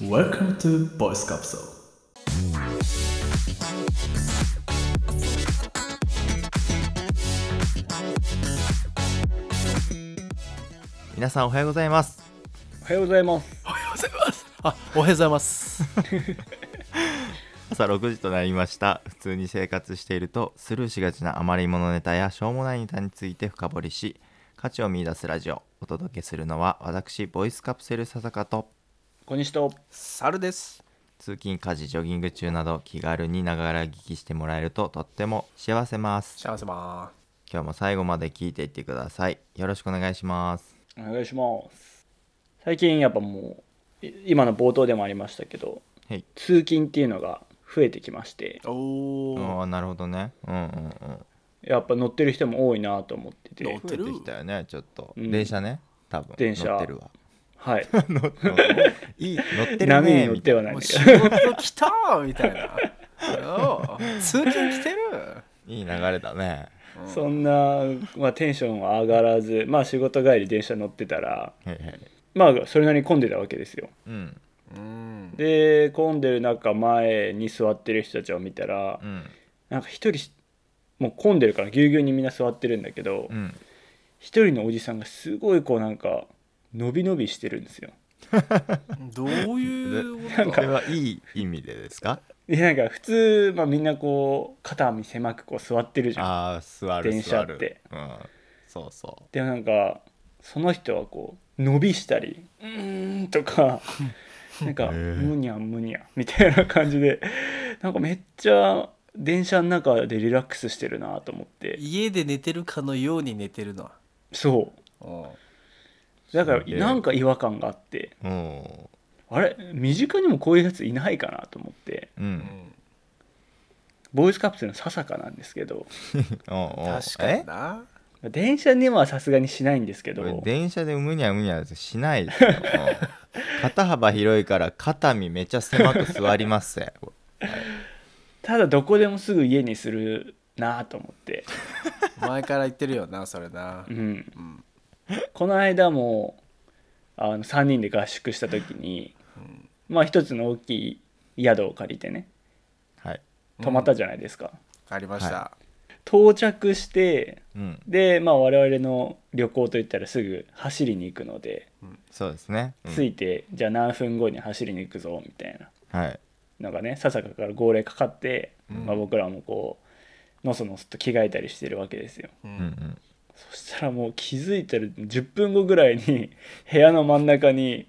Welcome to Voice Capsule. 皆さんおはようございますおはようございます。あ、おはようございます。朝6時となりました普通に生活しているとスルーしがちな余り物ネタやしょうもないネタについて深掘りし価値を見出すラジオお届けするのは私ボイスカプセルささかと小西と。猿です。通勤家事ジョギング中など気軽にながら聞きしてもらえるととっても幸せます幸せま今日も最後まで聞いていってくださいよろしくお願いしますお願いします。最近やっぱもう、い今の冒頭でもありましたけど、はい通勤っていうのが増えてきまして、す。おあお。ーなるほどねうんうんうんやっぱ乗ってる人も多いなと思って乗てっ、増えてきたよねちょっと、うん電車ね多分電車乗ってるわはい。乗ってる いい乗ってる波にね乗っみたいてなはないもうんだ仕けど。事来たーみたいな。おー通勤来てる。いい流れだねそんな、まあ、テンションは上がらず、まあ仕事帰り電車乗ってたはら、いはいまあそれなりに混んでたわけですよ。うんうん。で、混んでる中前に座ってる人たちを見たらう、んなんか一人し、もう混んでるからぎゅうぎゅうにみんな座ってるんだけど、うん一人のおじさんがすごいこうなんか伸び伸びしてるんですよどういうことこれはいい意味でですかでなんか普通、まあ、みんなこう肩身狭くこう座ってるじゃんああ座る電車座っるてうんそうそでもなんかその人はこう伸びしたり「うーん」とかなんか「へえむにゃむにゃ」みたいな感じでなんかめっちゃ電車の中でリラックスしてるなと思って家で寝てるかのように寝てるの。そうおだかすらげえなんか違和感があってううんあれ身近にもこういうやついないかなと思ってううんん。ボーイスカプセルのささかなんですけど確確かにな。電車にはさすがにしないんですけこどれ電車でむにゃむにゃしないです ようん肩幅広いから肩身めちゃ狭く座りますぜ ただどこでもすぐ家にするなと思って、前から言ってるよな、それなう。ん、うん。この間もあの3人で合宿した時にうんまあ一つの大きい宿を借りてねはい泊まったじゃないですか、ありました。到着してうんでまあ我々の旅行といったらすぐ走りに行くのでそうですねうん着いて、じゃあ何分後に走りに行くぞみたいなはいのがねささかから号令かかって、まあ、僕らもこうのそのそと着替えたりしてるわけですよううんう。んそしたらもう気づいたら10分後ぐらいに 部屋の真ん中に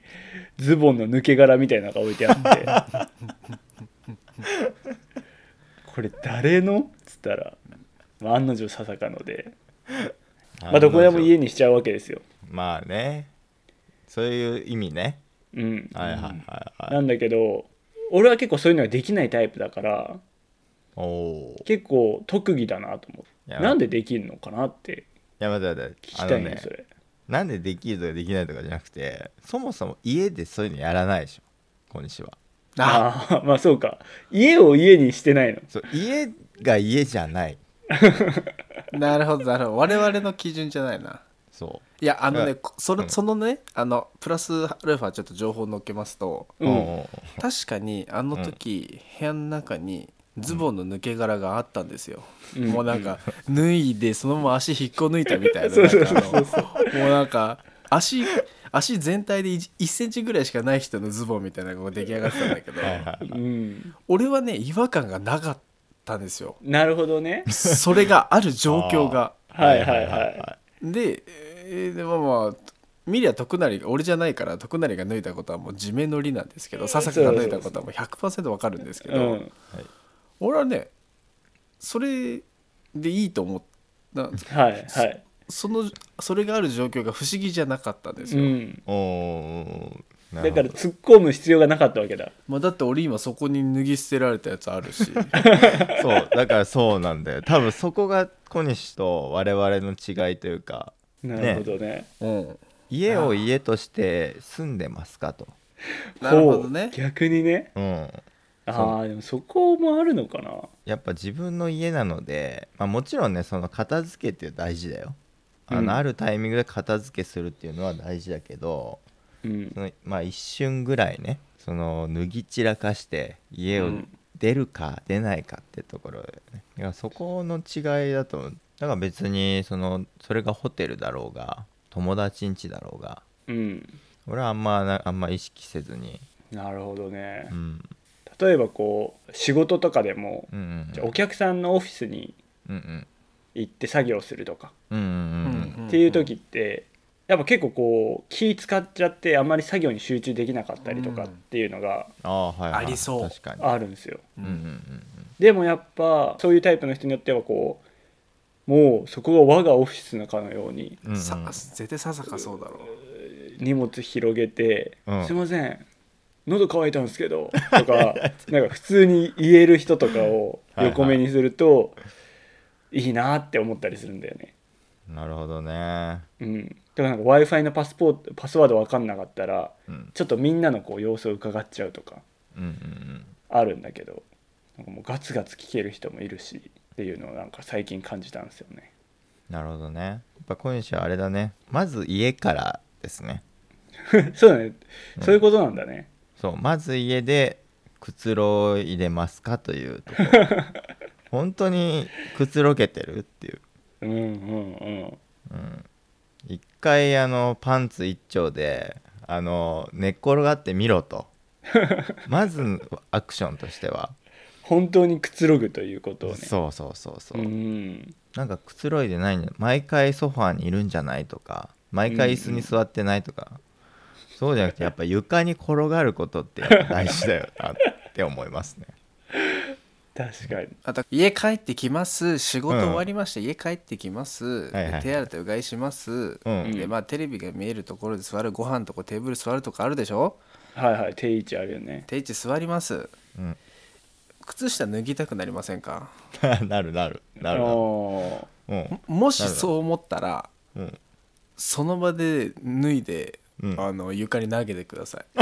ズボンの抜け殻みたいなのが置いてあって これ誰のっつったら、まあ、案の定ささかので、まあ、どこでも家にしちゃうわけですよ。まあねそういう意味ねうん、はいはいはいはいなんだけど俺は結構そういうのができないタイプだからおおー結構特技だなと思いっやてなんでできるのかなっていや待って待って聞きたいねあのねそれ。なんでできるとかできないとかじゃなくてそもそも家でそういうのやらないでしょ小西はあ、ああーまあそうか家を家にしてないの。そう家が家じゃないなるほど、なるほど。我々の基準じゃないな。そいやあのうねんこそれ、うんそのねあのプラスアルファちょっと情報を載っけますとう、うんおうおう確かにあの時、部屋の中にズボンの抜け殻があったんですよ、うんもうなんか脱いでそのまま足引っこ抜いたみたいなそうそうなんかあのもうなんか足足全体で1センチぐらいしかない人のズボンみたいなのが出来上がってたんだけどはいはいうん、俺はね違和感がなかったんですよ。なるほどねそれがある状況が。はいはいはい。で、えーでもまあ見りゃ徳成が俺じゃないから徳成が脱いだことはもう地面乗りなんですけど笹川が脱いだことはもう100%わかるんですけうど、ん、俺はねそれでいいと思ったはいはい。そのそれがある状況が不思議じゃなかったんですうよ、ん、おおだだから突っ込む必要がなかったわけだ。まあ、だって俺今そこに脱ぎ捨てられたやつある しそうだからそうなんだよ多分そこが小西と我々の違いというかなるほどね。うん家を家として住んでますかとなるほどねほう逆にね。うんああ、でもそこもあるのかな。やっぱ自分の家なので、まあ、もちろんねその片付けって大事だよあうんのあるタイミングで片付けするっていうのは大事だけど、うんそ。のまあ一瞬ぐらいねその脱ぎ散らかして家うをん出るか出ないかってところで、ねいやそこの違いだとだから別にそのそれがホテルだろうが友達ん家だろうがうん俺はあんまなあんま意識せずに、なるほどねうん、例えばこう仕事とかでもうんうんじゃあお客さんのオフィスにうんうん行って作業するとかうんうんっていう時ってやっぱ結構こう気使っちゃってあんまり作業に集中できなかったりとかっていうのがああはい、はい、ありそう確かにあるんですようんうんうんでもやっぱそういうタイプの人によってはこうもうそこが我がオフィスのかのようにうんうんさ絶対ささかそうだろ荷物広げて「うんすいません喉乾いたんですけど」とか なんか普通に言える人とかを横目にするといいなって思ったりするんだよね。なるほどねうん、だから w i f i のパスポートパスワード分かんなかったらうんちょっとみんなのこう様子を伺っちゃうとかうんうんうんあるんだけどなんかもうガツガツ聞ける人もいるしっていうのをなんか最近感じたんですよね。なるほどねやっぱ今週はあれだねまず家からですねそうだね、そういうことなんだね。そうまず家でくつろいでますかというとこ ろ本当にくつろげてるっていう、うんうんうん。うん、一回あのパンツ一丁であの寝っ転がってみろ とまずアクションとしては本当にくつろぐということをね。そうそうそうそう、うんなんかくつろいでないんだ毎回ソファーにいるんじゃないとか毎回椅子に座ってないとか、そうじゃなくてやっぱ床に転がることってやっぱ大事だよなって思いますね確かにあと家帰ってきます仕事終わりました、家帰ってきます、はいはいはでい手洗ってうがいします、うん、うんでまあテレビが見えるところで座るご飯とかテーブル座るとかあるでしょはいはい定位置あるよね定位置座りますうん 靴下脱ぎたくなりませんかなるなるなるなるおーうんもなしるなそう思ったらうんその場で脱いで、うんあの床に投げてください、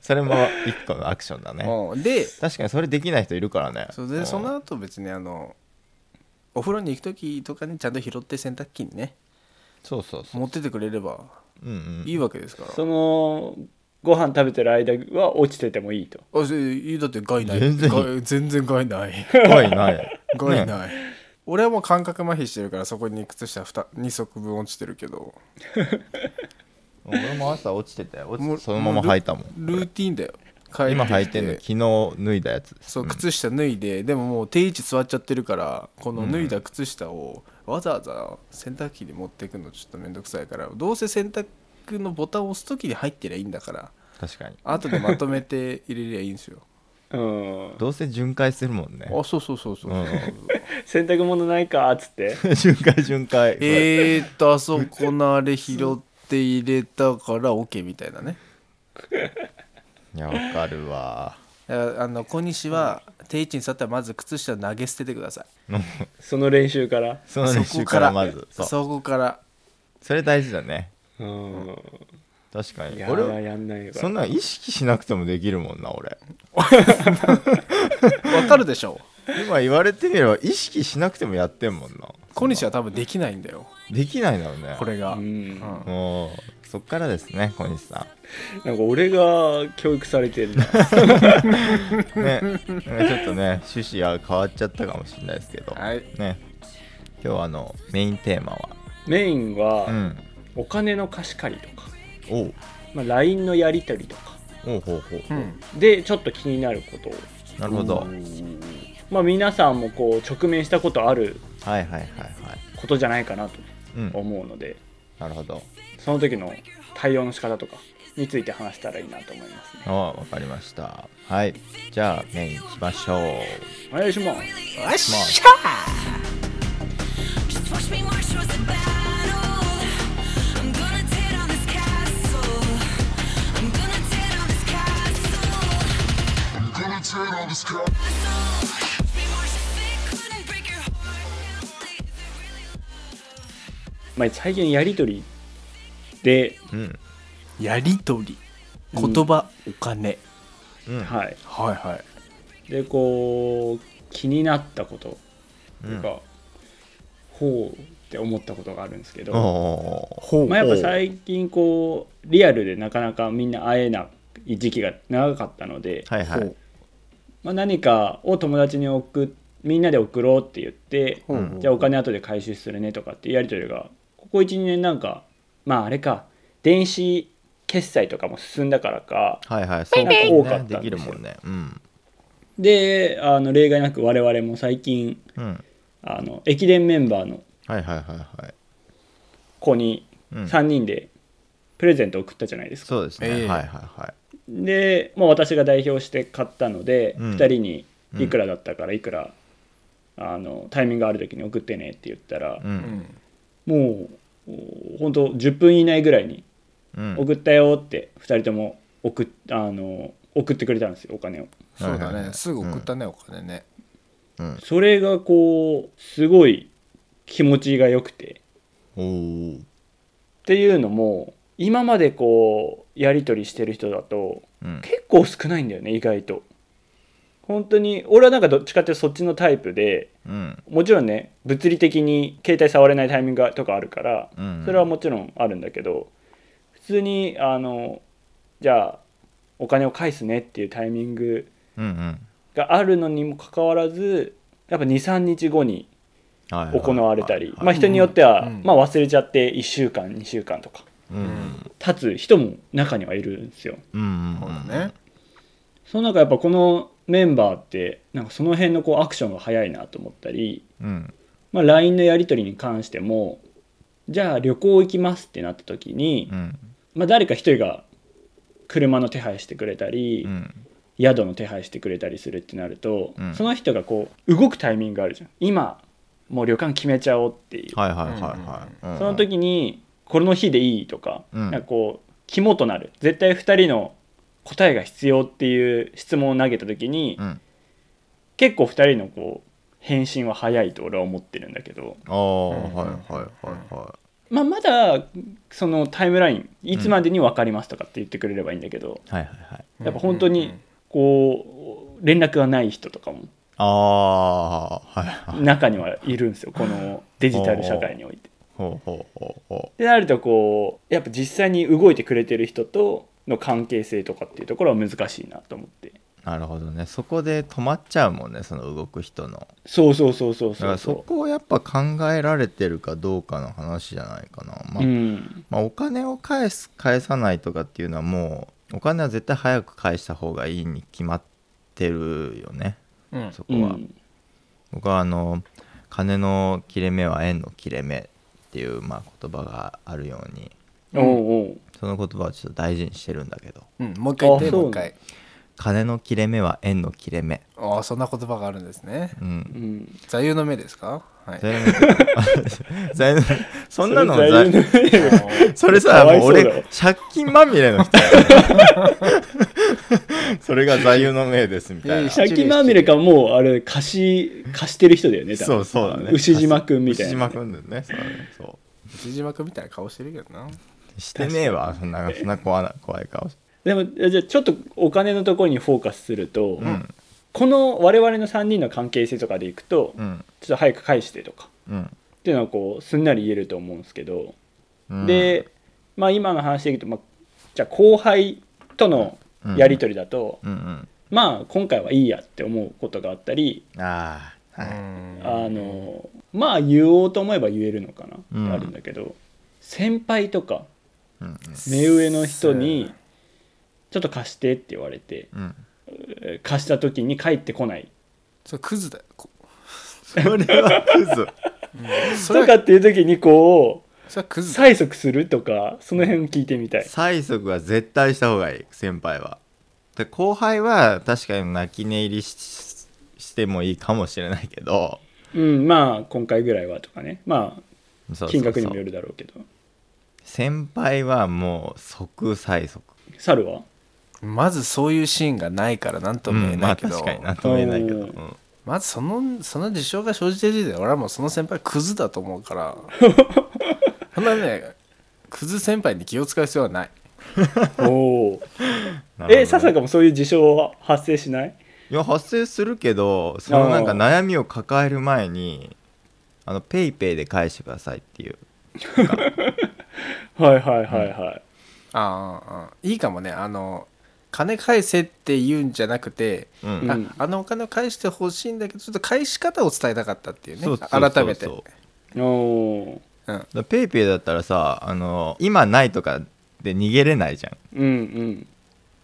それも一個のアクションだねうんで確かにそれできない人いるからねそれでその後別にあのお風呂に行く時とかにちゃんと拾って洗濯機にねそうそうそう持っててくれればうんうんいいわけですから、そのご飯食べてる間は落ちててもいいとあそれいいだって害ない全然いい害全然害ない 怖いない害ねない、俺はもう感覚麻痺してるからそこに靴下 2, 2足分落ちてるけど俺も朝落ちてたよ落ちもうてそのまま履いたもんルーティンだよ帰今って履きいてんの昨日脱いだやつですそう靴下脱いででももう定位置座っちゃってるからこの脱いだ靴下をわざわざ洗濯機に持っていくのちょっと面倒くさいからどうせ洗濯のボタンを押す時に入ってりゃいいんだから確かに後でまとめて入れりゃいいんです ようんどうせ巡回するもんねあそうそうそうそうそう、うん洗濯物ないかっつって 巡回巡回えーっとあそこのあれ拾って入れたから OK みたいなねいやわかるわだからあの小西は定位置に座ったらまず靴下を投げ捨ててくださいその練習からその練習からまずそそうこからそそこかられ大事だねうん確かいにや俺ーはやんないよそんなん意識しなくてもできるもんな俺わかるでしょ今言われてみれば意識しなくてもやってんもんな小西は多分できないんだよできないだろうねこれが、ううんん、なんかもうそっからですね小西さ俺が教育されてるなんねなんかちょっとね趣旨が変わっちゃったかもしれないですけど、はいね今日はあのメインテーマはメインうはんお金の貸し借りとか、おうまあ、LINE のやり取りとかおうほうほううんでちょっと気になることをなるほどまあ皆さんもこう直面したことあるはいはいはいはいことじゃないかなとうん思うので、なるほどその時の対応の仕方とかについて話したらいいなと思いますね。ああわかりましたはいじゃあメインいきましょうお願いします。よっしゃー Just watch me march towards the battle. I'm gonna tear down this castle. I'm gonna tear down this castle. gonna turn all this crap. Watch me march as they couldn't break your heart. Is it really love? まあ、最近やりとりで、うんやり取り言葉、お金うんはい、はいはいでこう気になったことというか、ほうって思ったことがあるんですけおうど、おうおうほまあ、やっぱ最近こうリアルでなかなかみんな会えな時期が長かったので、はいはほ。いうまあ、何かを友達に送っみんなで送ろうって言って、ほううんじゃあお金後で回収するねとかっていうやり取りがここ12年なんかまああれか電子決済とかも進んだからかはいはい。そうなんか多かったんですでよきるもんね。うん。であの例外なく我々も最近うん。あの駅伝メンバーのはいはいはいはい。子にうん3人でプレゼント送ったじゃないですか、そうですね。はえいえはいはで、まあ、私が代表して買ったので、うん2人にいくらだったからいくら、あのタイミングある時に送ってねって言ったらい。う、。うんんもう本当10分以内ぐらいにうん。送ったよって2人とも送っあの送ってくれたんですよお金をそうだはいはいはねいすぐ送ったねお金ねうんそれがこうすごい気持ちが良くておお。っていうのも今までこうやり取りしてる人だとうん。結構少ないんだよね意外と本当に俺はなんかどっちかっていうとそっちのタイプでうん。もちろんね物理的に携帯触れないタイミングがとかあるから、うんそれはもちろんあるんだけど普通にあのじゃあお金を返すねっていうタイミングうんうん。があるのにもかかわらずやっぱ23日後にはいはいはい行われたり、まあ、はい人によっては、うんまあ、忘れちゃって1週間2週間とかうん経つ人も中にはいるんですよ。うん。そうだねその中やっぱこのメンバーってなんかその辺のこうアクションが早いなと思ったり、うん。まあ、LINE のやり取りに関してもじゃあ旅行行きますってなった時に、うん。まあ、誰か一人が車の手配してくれたり、うん。宿の手配してくれたりするってなると、うんその人がこう動くタイミングがあるじゃん今もう旅館決めちゃおうっていう、はいはいはいはい。うんその。時にこの日でいいとか,、うんなんかこう肝となる絶対2人の答えが必要っていう質問を投げた時に、うん。結構2人のこう返信は早いと俺は思ってるんだけど、ああ、はいはいはいはまあ、まだそのタイムラインいつまでに分かりますとかって言ってくれればいいんだけど、い。はいはいはい。やっぱ本当にこう連絡がない人とかもああ、はいはい。中にはいるんですよこのデジタル社会において。ほうほうほうほでなるとこうやっぱ実際に動いてくれてる人との関係性とかっていうところは難しいなと思ってう。なるほどね。そこで止まっちゃうもんね、その動く人の。そうそうそうそうだかそうらそこをやっぱ考えられてるかどうかの話じゃないかな。まあ、うんまあ、お金を返す返さないとかっていうのはもうお金は絶対早く返した方がいいに決まってるよねうんそこうは、ん僕はあの「金の切れ目は円の切れ目」っていうまあ言葉があるようにおうおうその言葉をちょっと大事にしてるんだけどうんもう一回言ってあそうもう一回「金の切れ目は円の切れ目ああそんな言葉があるんですね」うんうん座右の目ですかはい座右の銘座右の銘そんなのそ座れ座右右の 銘あのそれかさ、わいもうそうだろ俺、借金まみれの人やね それが座右の銘ですみたいいなや。借金まみれかもうあれ貸し貸してる人だよね多分そうそうだね。牛島くんみたい牛な島くんだよね。そうだね。そ内島君みたいな顔してるけどなう。してねえわ、そんな、そんな怖な、怖い顔しでもじゃあちょっとお金のところにフォーカスすると、て。うん。この我々の3人の関係性とかでいくと、うん。ちょっと早く返してとかうん。っていうのはこうすんなり言えると思うんですけど、うん、で、まあ、今の話でいくと、まあ、じゃあ後輩とのやり取りだと、うんまあ今回はいいやって思うことがあったり、うん。あうあ。はいんあのまあ言おうと思えば言えるのかなってあるんだけど、先輩とかうん目上の人にちょっと貸してって言われてうん。うん。えー貸した時に帰ってこないそれクズだよこそれはクズ。それとはかっていう時にこうそれはクズだよ催促するとかその辺聞いてみたい。催促は絶対した方がいい、先輩は。で後輩は確かに泣き寝入りししてもいいかもしれないけど。うん、まあ今回ぐらいはとかねまそうそうそあう金額にもよるだろうけど先輩はもう即催促猿 はまずそういうシーンがないからなんとも言えうんなまいあけど、確かになんとも言えないけど、うんうんまずそのその事象が生じてる時点で俺はもうその先輩クズだと思うから そんなねクズ先輩に気を使う必要はないなるおおほどねえささかもそういう事象は発生しないいや発生するけどそのなんか悩みを抱える前にあのペイペイで返してくださいっていうはいはいはいはい、ああああいいかもねあの金返せって言うんじゃなくて、うんああのお金を返してほしいんだけどちょっと返し方を伝えたかったっていうねそうそうそうそう改めてだかおーうんらペイペイだったらさあの今ないとかで逃げれないじゃんうんうん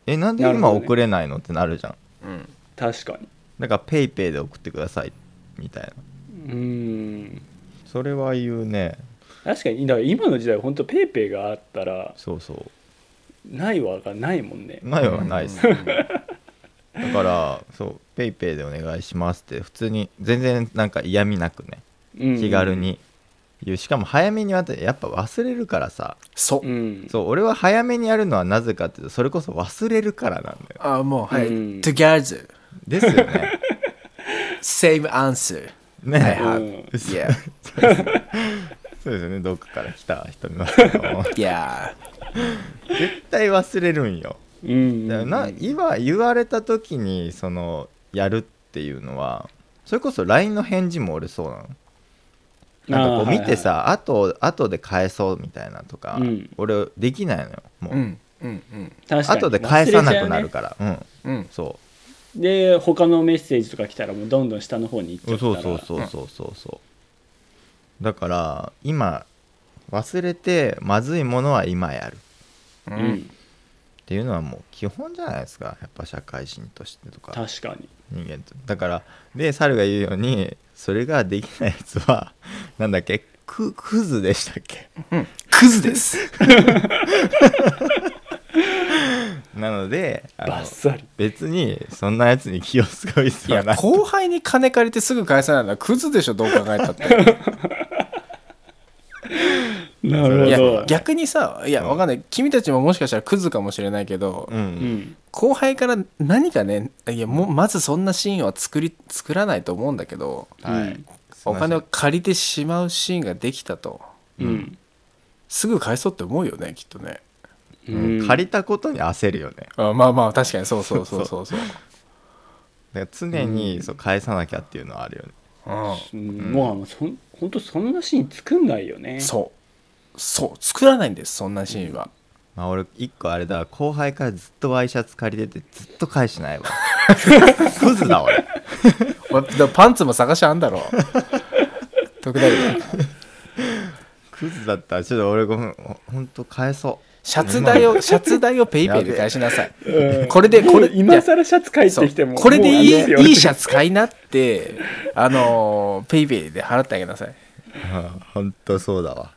えなんでなるほ今どね送れないのってなるじゃんうん確かにだからペイペイで送ってくださいみたいなうーんそれは言うね確かにだから今の時代本当ペイペイがあったらそうそうないわがないもんねないはないです、だからそうペイペイでお願いしますって普通に全然なんか嫌味なくねうん気軽に言うしかも早めにやってやっぱ忘れるからさそう、うんそう俺は早めにやるのはなぜかっていうとそれこそ忘れるからなんだよあもうはい、うん together ですよ ね same answer ねはいはういん yeah そうですよねどっかから来た人い ますけども yeah 絶対忘れるんようんだからな今言われた時にそのやるっていうのはそれこそ LINE の返事も俺そうなのなんかこう見てさ、あと後で返そうみたいなとか、うん俺できないのよもう、うんうんうん確かに後で返さなくなるからう,、うんんそで他のメッセージとか来たらもうどんどん下の方に行っちゃうったらそうそうそうそうそうそうだから今忘れてまずいものは今やるっううん、んていうのはもう基本じゃないですかやっぱ社会人としてとか確かに人間とだからで猿が言うようにそれができないやつは なんだっけククズでしたっけクズです なのであのバッサリ別にそんなやつに気を使う必い要やはない後輩に金借りてすぐ返さないのはクズでしょどう考えたってないいるほやど逆にさいやわかんない君たちももしかしたらクズかもしれないけど、うんうん後輩から何かねいやもうまずそんなシーンは作り作らないと思うんだけどはいお金をを借りてしまうシーンができたとうん、すぐ返そうって思うよねきっとねうん借りたことに焦るよねあまあまあ確かにそうそうそうそうそうだから常にそう返さなきゃっていうのはあるよねううんもうそん本当そんなシーン作んないよねんそうそう作らないんですそんなシーンはまあ俺一個あれだ後輩からずっとワイシャツ借りててずっと返し ないわクズだ俺わだからパンツも探しあんだろ特大だクズだったちょっと俺ごめんほほんと返そシャツ代をシャツ代をペイペイで返しなさいうんこれでこれもう今更シャツ返ってきてもそうこれでいいもうあですよいいシャツ買いなってあのペイペイで払ってあげなさいうほんとそうだわ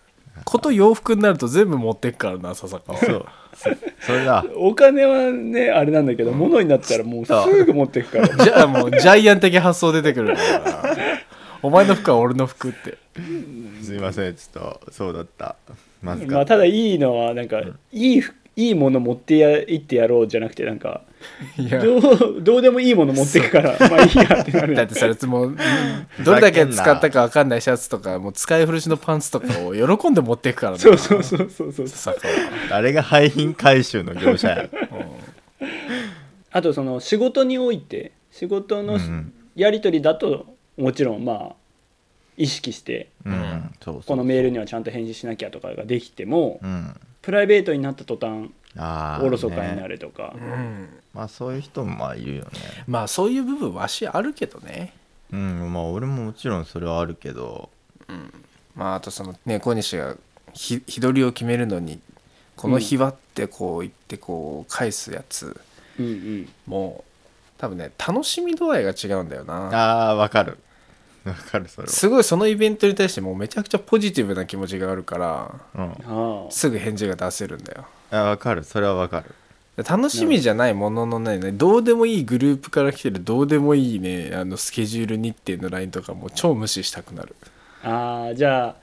こと洋服になると全部持ってくからな笹川はそうそそれだお金はねあれなんだけど物になったらもうすぐ持ってくからじゃあもうジャイアン的発想出てくるからなお前の服は俺の服ってすいませんちょっとそうだったまずまかあ、ただいいのはなんかいいふいいもの持ってやいってやろうじゃなくてなんかいやどう どうでもいいもの持ってくからまあいいやってなるだってそれもうどれだけ使ったか分かんないシャツとかもう使い古しのパンツとかを喜んで持っていくからなそうそうそうそうそう笹川はあれが廃品回収の業者やあとその仕事において仕事うのんうんやり取りだともちろんまあ意識してうんそうそこうのメールにはちゃんと返事しなきゃとかができてもうんプライベートになった途端ああおろそかになるとか、うんまあそういう人もまあいるよねまあそういう部分わしあるけどねうんまあ俺ももちろんそれはあるけどまああとそのね小西が日日取りを決めるのにこの日はってこう言ってこう返すやつうんうんもう多分ね楽しみ度合いが違うんだよなあーわかるわかるそれすごいそのイベントに対してもうめちゃくちゃポジティブな気持ちがあるからは、うん、ああすぐ返事が出せるんだよあわかるそれはわかるで楽しみじゃないもののねねどうでもいいグループから来てるどうでもいいねあのスケジュール日程の LINE とかも超無視したくなるああじゃあ、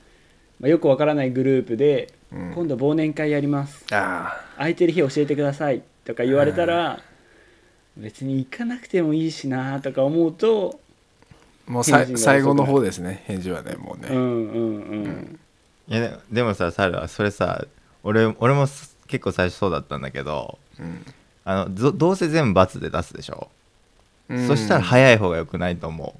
まあ、よくわからないグループで、うん今度忘年会やりますあ空いてる日教えてくださいとか言われたら、別に行かなくてもいいしなとか思うと、あもうさ返事が遅くなる最後の方ですね返事はねもうね、うんうんうんいやででもさサルはそれさ俺俺もす結構最初そうだったんだけど、んあのどどうせ全部×で出すでしょ、うんそしたら早い方がよくないと思う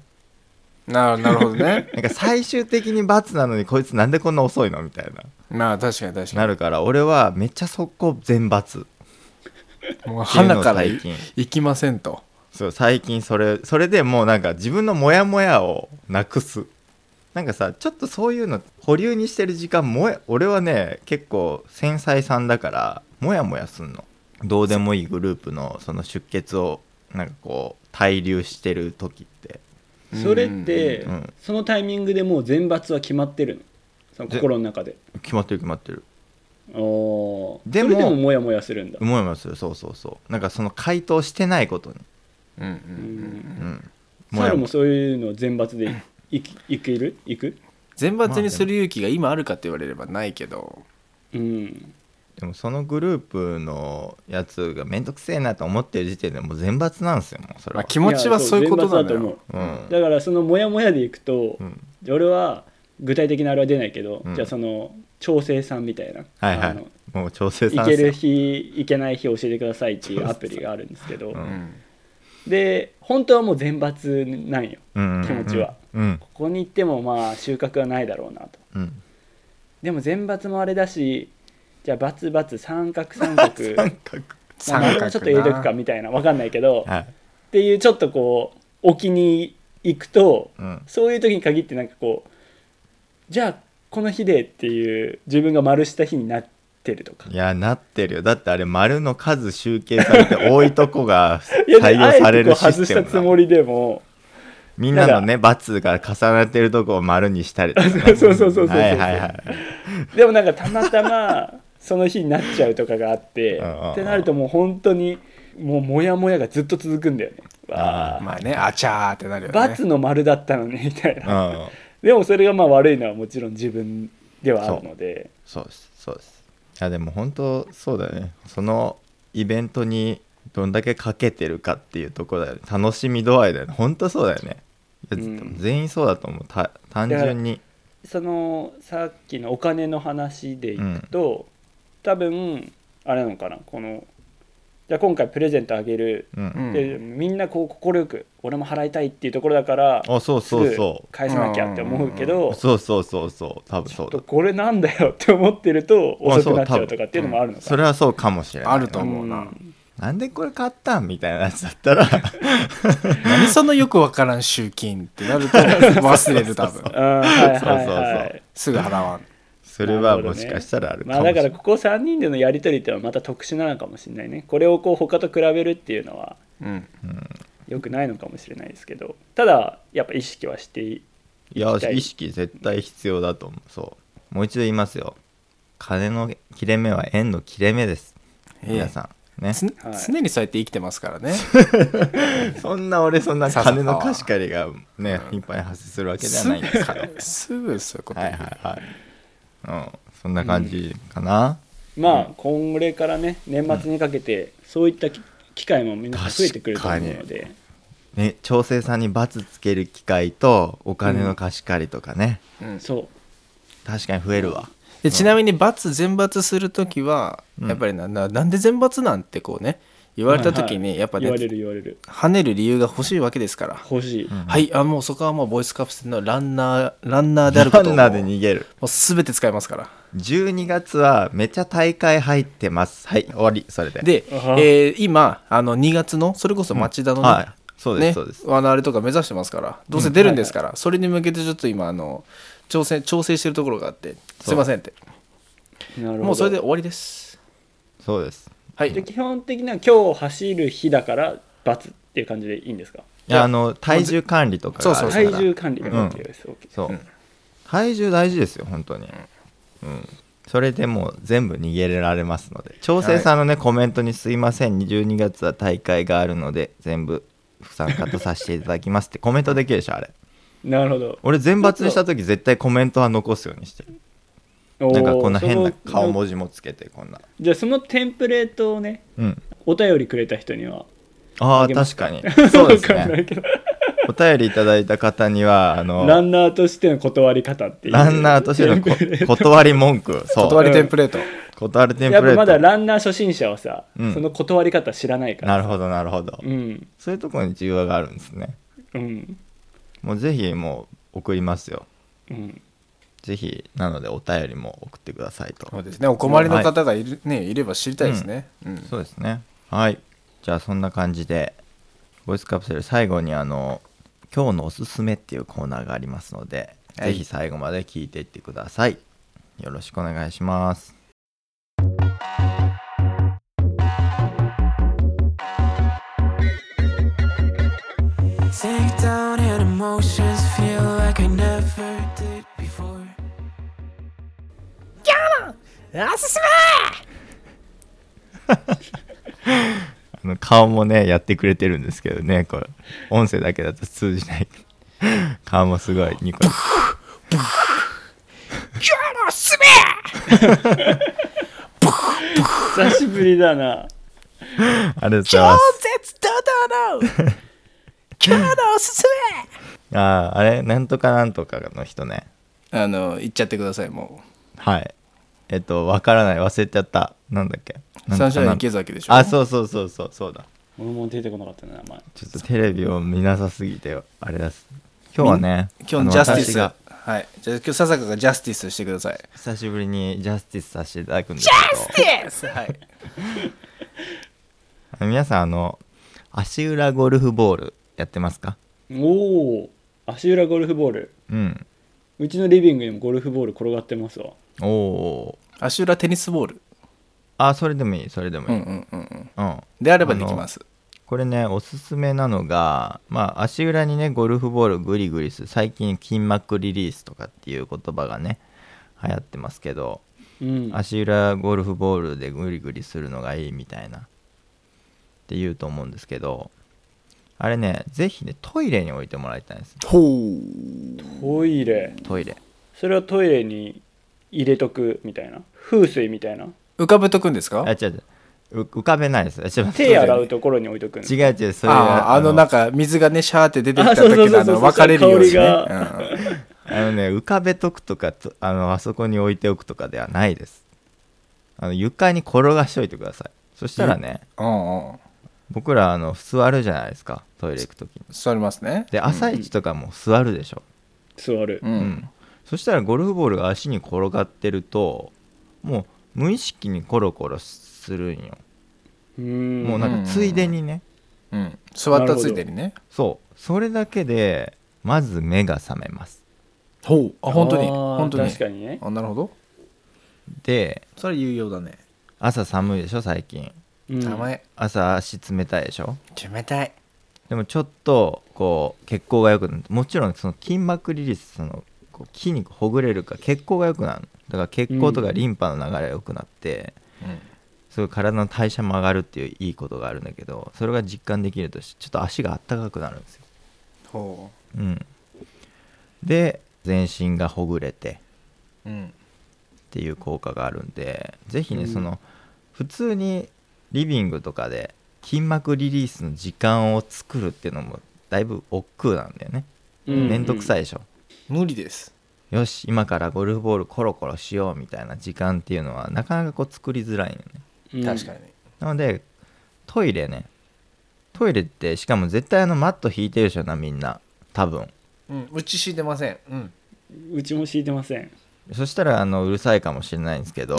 ななるほどね なんか最終的に×なのにこいつなんでこんな遅いのみたいなまあ確かに確かなにるから俺はめっちゃ速攻全×もう花からっていうのを最近行きませんとそう最近それそれでもうなんか自分のモヤモヤをなくすなんかさちょっとそういうの保留にしてる時間もえ俺はね結構繊細さんだからモヤモヤすんのどうでもいいグループのその出血をなんかこう滞留してる時ってそれって、うんうんそのタイミングでもう全抜は決まってるのそのぜ心の中で決まってる決まってるおーでもそれでもモヤモヤするんだ、モヤモヤするそうそうそうなんかその回答してないことにうんううんんうんモヤ猿モもヤそういうの全抜でいいいけるいく全抜にする勇気が今あるかって言われればないけどうんでもそのグループのやつが面倒くせえなと思ってる時点でもう全抜なんですよもうそれまあは、気持ちはそういうことなんだやそよう全抜だと思ううんだからそのモヤモヤでいくと、うんじゃあ俺は具体的なあれは出ないけど、うんじゃあその調整さんみたいな、はいはあいのもう調整行さんけですよる日行けない日教えてくださいっていうアプリがあるんですけど、ううんで本当はもう全抜なんようんうんうん気持ちはうんここに行ってもまあ収穫はないだろうなとうんでも全抜もあれだしじゃあバツバツ三角三角三角まあ三角丸もちょっと入れとくかなみたいなわかんないけど、はいっていうちょっとこう沖に行くと、うんそういう時に限ってなんかこうじゃあこの日でっていう自分が丸した日になってるとかいやなってるよだってあれ丸の数集計されて多いとこが いやで採用されるあえシてこう外スしテたムつだもりでもみんなのね×が重なってるとこを丸にしたりとかね そうそうそうそうそうはいはいはいでもなんかたま たまその日になっちゃうとかがあってうんうんうんってなるともう本当にもうモヤモヤがずっと続くんだよねわあまあねあちゃーってなるよね罰の丸だったのにみたいうな、んでもそれがまあ悪いのはもちろん自分ではあるのでそうですそうですいやでも本当そうだよねそのイベントにどんだけかけてるかっていうところだよね楽しみ度合いだよね本当そうだよねいやうん全員そうだと思うた単純にそのさっきのお金の話でいくと、多分あれなのかなこのじゃあ今回プレゼントあげる、うん、うんでみんなこう快く俺も払いたいっていうところだからあそうそうそすぐ返さなきゃって思うけど、うそうそうそうそう多分そうだこれなんだよって思ってるとまあ遅くなっちゃそううとかっていうのもあるのかそれはそうかもしれないあるとな思ううんななんでこれ買ったんみたいなやつだった ら何そのよくわからん集金ってなると忘れる多分うんはいはいはそうそういすぐ払わんそれはもしかしたらあるかまあもしれだなかい、らここ3人でのやり取りっていうのはまた特殊なのかもしれないねこれをこう他と比べるっていうのはうん良くないのかもしれないですけどただやっぱ意識はしていいやきたい意識絶対必要だと思うそうもう一度言いますよ金の切れ目は円の切れ目ですええ皆さんねつはい常にそうやって生きてますからねそんな俺そんなささ金の貸し借りがね頻繁に発生するわけじゃすないんですからぐすぐそういうことはい言はういはいうんそんな感じかなまあこれからね年末にかけてそういったき機会も皆さん増えてくると思うのでね調整さんに罰つける機会とお金の貸し借りとかねそう確かに増えるわでちなみに罰全罰する時は、うんやっぱりなななんで全罰なんてこうね言われた時に、はいはいやっぱ言われねる言われる跳ねる理由が欲しいわけですから、欲しいはいあもうそこはもうボイスカプセルのランナーランナーであるラことをもンナうーで逃げるもう全て使えますから12月はめちゃ大会入ってますはい終わりそれでで、えあはー今あの2月のそれこそ町田のね、はいそうですねそうですあのあれとか目指してますからどうせ出るんですから、それに向けてちょっと今あの調整調整してるところがあってすいませんってなるほどもうそれで終わりですそうですはいで基本的には今日走る日だから×っていう感じでいいんですかいやあの体重管理とかがあそるうかそらう体重管理が OK です、OK そう、体重大事ですよ本当に、うんそれでもう全部逃げられますので調整さんのね、コメントに「すいません12月は大会があるので全部不参加とさせていただきます」ってコメントできるでしょあれなるほど俺全抜にした時絶対コメントは残すようにしてるなんかこんな変な顔も文字もつけてこんなじゃあそのテンプレートをねうんお便りくれた人にはあああげま確すかに そうですわかんないねけどお便りいただいた方にはあのランナーとしての断り方っていうランナーとしてのこテンプレート断り文句そう断りテンプレート、断るテンプやっレぱまだートランナー初心者はさ、うんその断り方知らないからなるほどなるほど、うんそういうところに需要があるんですねうんもうぜひもう送りますようんぜひなのでお便りも送ってくださいとそうですねお困りの方がいる、ねいれば知りたいですね、うんそうですねはいじゃあそんな感じでボイスカプセル最後にあの今日のおすすめっていうコーナーがありますので、はいぜひ最後まで聞いていってくださいよろしくお願いしますあの顔もねやってくれてるんですけどねこれ音声だけだと通じない顔もすごいニコニコ久しぶりだなありがとうございます絶だだろ今日のおすすあああれなんとかなんとかの人ねめあの言っちゃってくださいもはいえっとわからない忘れちゃったなんだっけうなんとサンシかャイなン池崎でしょあそうそうそうそうそうだ俺も出てこなかったな名前ちょっとテレビを見なさすぎてあれです今日はね今日のジャスティあの私スがはいじゃあ今日笹香がジャスティスしてください久しぶりにジャスティスさせていただくんですけどはいあの皆さんあの足裏ゴルフボールやってますかおお足裏ゴルフボールうんうちのリビングにもゴルフボール転がってますわおお ーアシュラテニスボールあそれでもいいそれでもういんうい、んうんうんうんであればできますこれねおすすめなのが、まあ、足裏にねゴルフボールグリグリする最近筋膜リリースとかっていう言葉がね流行ってますけどうん足裏ゴルフボールでグリグリするのがいいみたいなって言うと思うんですけどあれねぜひねトイレに置いてもらいたいんですほうトイレトイレそれはトイレに入れとくみたいな風水みたいな浮かべとくんですかあ違う違うう浮かべないですちょっと待って手洗うところに置いとくん違う違うそれあはああのなんか水がねシャーって出てきた時のああそうそうそうそうの分かれるようにね、香りうんあのね浮かべとくとかとあのあそこに置いておくとかではないですあの床に転がしておいてくださいそしたらねうんうん僕らあの座るじゃないですかトイレ行く時に座りますねで朝一とかも座るでしょ、座るうん、うんそしたらゴルフボールが足に転がってるともう無意識にコロコロするんよ、うーんもうなんかついでにねうん、座ったついでにねそうそれだけでまず目が覚めますほうあ本当にあー本当に確かにねあなるほどでそれ有用だね朝寒いでしょ最近うん名前朝足冷たいでしょ冷たいでもちょっとこう血行が良くなるもちろんその筋膜リリースそのこう筋肉ほぐれるから血行が良くなるだから血行とかリンパの流れが良くなって、うんすごい体の代謝も上がるっていういいことがあるんだけどそれが実感できるとしちょっと足があったかくなるんですよ、ほうん、で全身がほぐれてううんっていう効果があるんでぜひね、うんその普通にリビングとかで筋膜リリースの時間を作るっていうのもだいぶ億劫なんだよねうん面倒くさいでしょ、無理ですよし今からゴルフボールコロコロしようみたいな時間っていうのはなかなかこう作りづらいよねうん確かになのでトイレねトイレってしかも絶対あのマット引いてるでしょなみんな多分うんうち敷いてませんうんうちも敷いてませんそしたらあのうるさいかもしれないんですけ ど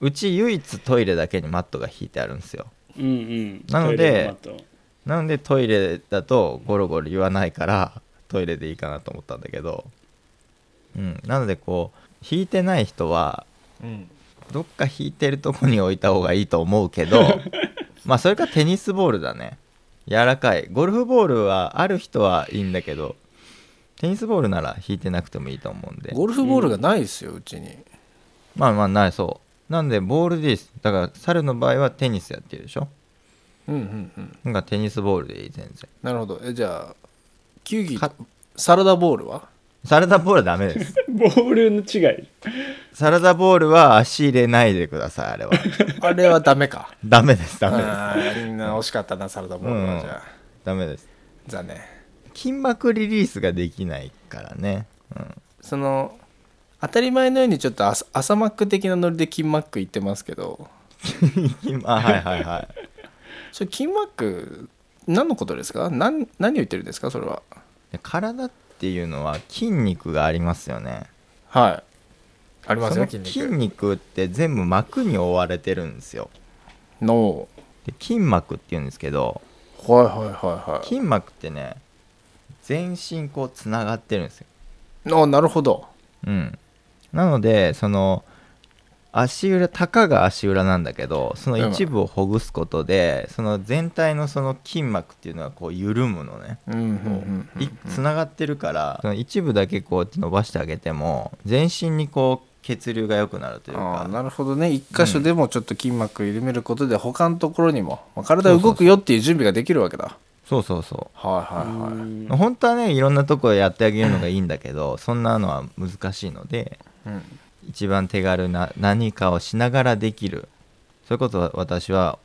うち唯一トイレだけにマットが引いてあるんですようんうんなのでトイレマットなのでトイレだとゴロゴロ言わないからトイレでいいかなと思ったんだけどうんなのでこう引いてない人はうんどっか引いてるとこに置いた方がいいと思うけど まあそれかテニスボールだね柔らかいゴルフボールはある人はいいんだけどテニスボールなら引いてなくてもいいと思うんでゴルフボールがないですようちにまあまあないそうなんでボールでいいですだから猿の場合はテニスやってるでしょうんうんうんなんかテニスボールでいい全然なるほどえじゃあ球技かサラダボールはサラダボールはダメ ですボールの違いサラダボールは足入れないでくださいあれはあれはダメかダメですダメで すあーみんな惜しかったなサラダボールは、うんじゃあダメです残念筋膜リリースができないからねうんその当たり前のようにちょっと朝朝マック的なノリで筋マック行ってますけど あはいはいはいそれ筋マック何のことですか何何を言ってるんですかそれはで体っていうのは筋肉がありますよねはいありますそよの筋筋肉肉って全部膜に覆われてるんですよので筋膜っていうんですけどはいはいはい筋膜ってね全身こうつながってるんですよ、はいあなるほどうん、なのでその足裏たかが足裏なんだけどその一部をほぐすことでその全体のその筋膜っていうのはこう緩むのねうんうんうんつながってるからその一部だけこうやって伸ばしてあげても全身にこう血流が良くなるというあかあなるほどね一箇所でもちょっと筋膜緩めることで他のところにも、まあ、体動くよっていう準備ができるわけだそうそうそはいはいはい、う本当はねいろんなとこやってあげるのがいいんだけどそんなのは難しいのでうん、一番手軽な何かをしながらできるそういうことは私は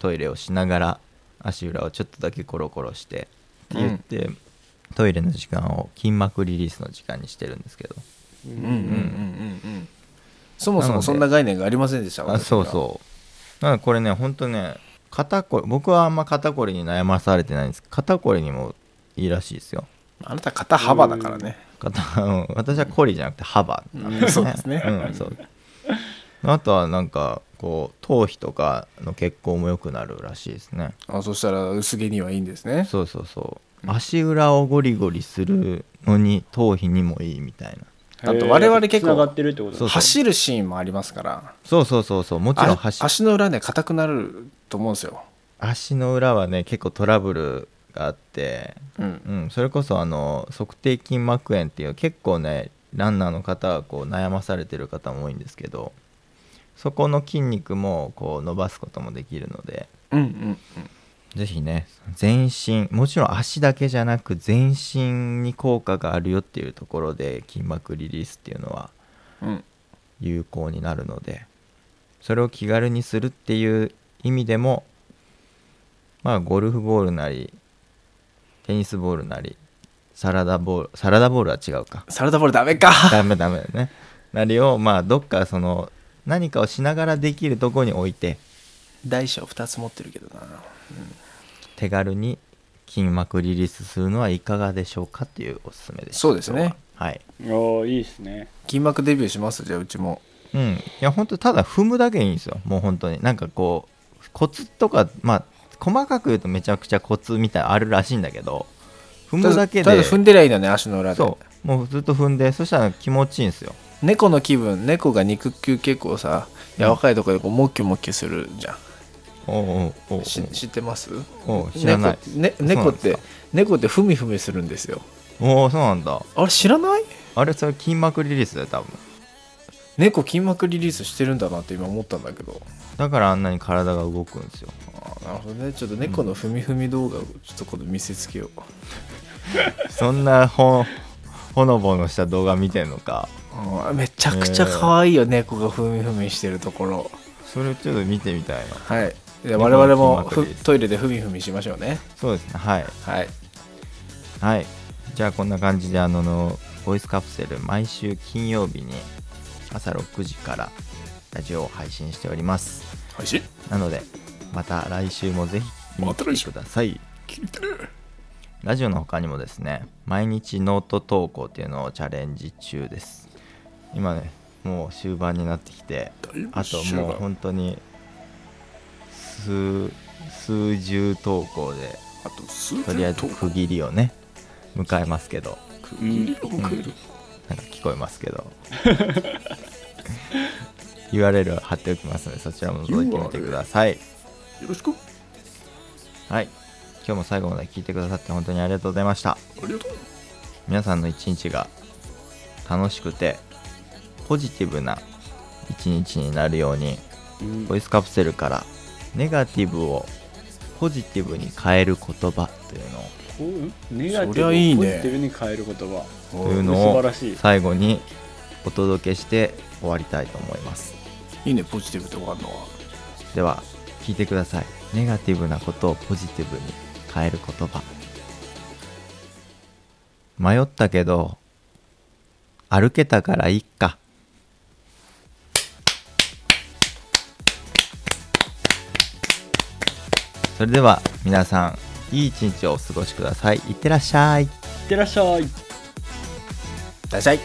トイレをしながら足裏をちょっとだけコロコロしてって言って、トイレの時間を筋膜リリースの時間にしてるんですけどうんうんうんうんうんそもそもそんな概念がありませんでしたあそうそうなのでこれねほんとね肩こり僕はあんま肩こりに悩まされてないんですけど肩こりにもいいらしいですようあなた肩幅だからね肩うん私はこりじゃなくて幅なんうんそうですねうんそうあとはなんかこう頭皮とかの血行も良くなるらしいですねあそしたら薄毛にはいいんですねそうそうそう足裏をゴリゴリするのに頭皮にもいいみたいなだって我々結構つながってるってことだそう走るシーンもありますからそうそうそうそうもちろんあ足足の裏ね硬くなると思うんですよ、足の裏はね結構トラブルがあってうん、うん、それこそあの測定筋膜炎っていう結構ねランナーの方はこう悩まされてる方も多いんですけどそこの筋肉もこう伸ばすこともできるのでうんうん是非ね全身もちろん足だけじゃなく全身に効果があるよっていうところで筋膜リリースっていうのはうんうん有効になるのでそれを気軽にするっていう意味でもまあゴルフボールなりテニスボールなりサラダボールサラダボールは違うかサラダボールダメかダメダメだねなりをまあどっかその何かをしながらできるとこに置いて 大小2つ持ってるけどな手軽に筋膜リリースするのはいかがでしょうかっていうおすすめですそうですね今日ははいおーいいですね筋膜デビューしますじゃあうちもうん、いや本当ただ踏むだけいいんですよもう本当になんかこうコツとかまあ細かく言うとめちゃくちゃコツみたいなのあるらしいんだけど踏むだけたでだ踏んでりゃいいのね足の裏でそうもうずっと踏んでそしたら気持ちいいんですよ猫の気分猫が肉球結構さ柔らかいところでこうモキュモキュするじゃん、おうおうおうおうし知ってますおう知らない猫,、ね、そうなんですか猫って猫ってふみふみするんですよおうそうなんだあれ知らないあれそれ筋膜リリースだよ多分猫筋膜リリースしてるんだなって今思ったんだけどだからあんなに体が動くんですよあーなるほどねちょっと猫のふみふみ動画をちょっと今度見せつけようそんなほほのぼのした動画見てんのかあーめちゃくちゃ可愛いよ、猫がふみふみしてるところそれちょっと見てみたいなはいで猫我々のも筋ふ膜リリーストイレでふみふみしましょうねそうですねはいはいはいじゃあこんな感じであののボイスカプセル毎週金曜日に朝6時からラジオを配信しております配信なのでまた来週もぜひ見に来てください聞いてるラジオの他にもですね毎日ノート投稿っていうのをチャレンジ中です今ねもう終盤になってきていぶあと終もう盤本当に数数十投稿であと数とりあえず区切りをね迎えますけどうんなんか聞こえますけど URL を貼っておきますのでそちらも覗いてみてくださいよろしくはい今日も最後まで聞いてくださって本当にありがとうございましたありがとう皆さんの一日が楽しくてポジティブな一日になるようにうんボイスカプセルからネガティブをポジティブに変える言葉というのをこうネガそティりブゃをいいねポジティブに変える言葉というの素晴をらしい最後にお届けして終わりたいと思いますいいねポジティブってわかんのはでは聞いてくださいネガティブなことをポジティブに変える言葉迷ったけど歩けたからいっかそれでは皆さんいい一日をお過ごしくださいいってらっしゃいいってらっしゃいいらっしゃい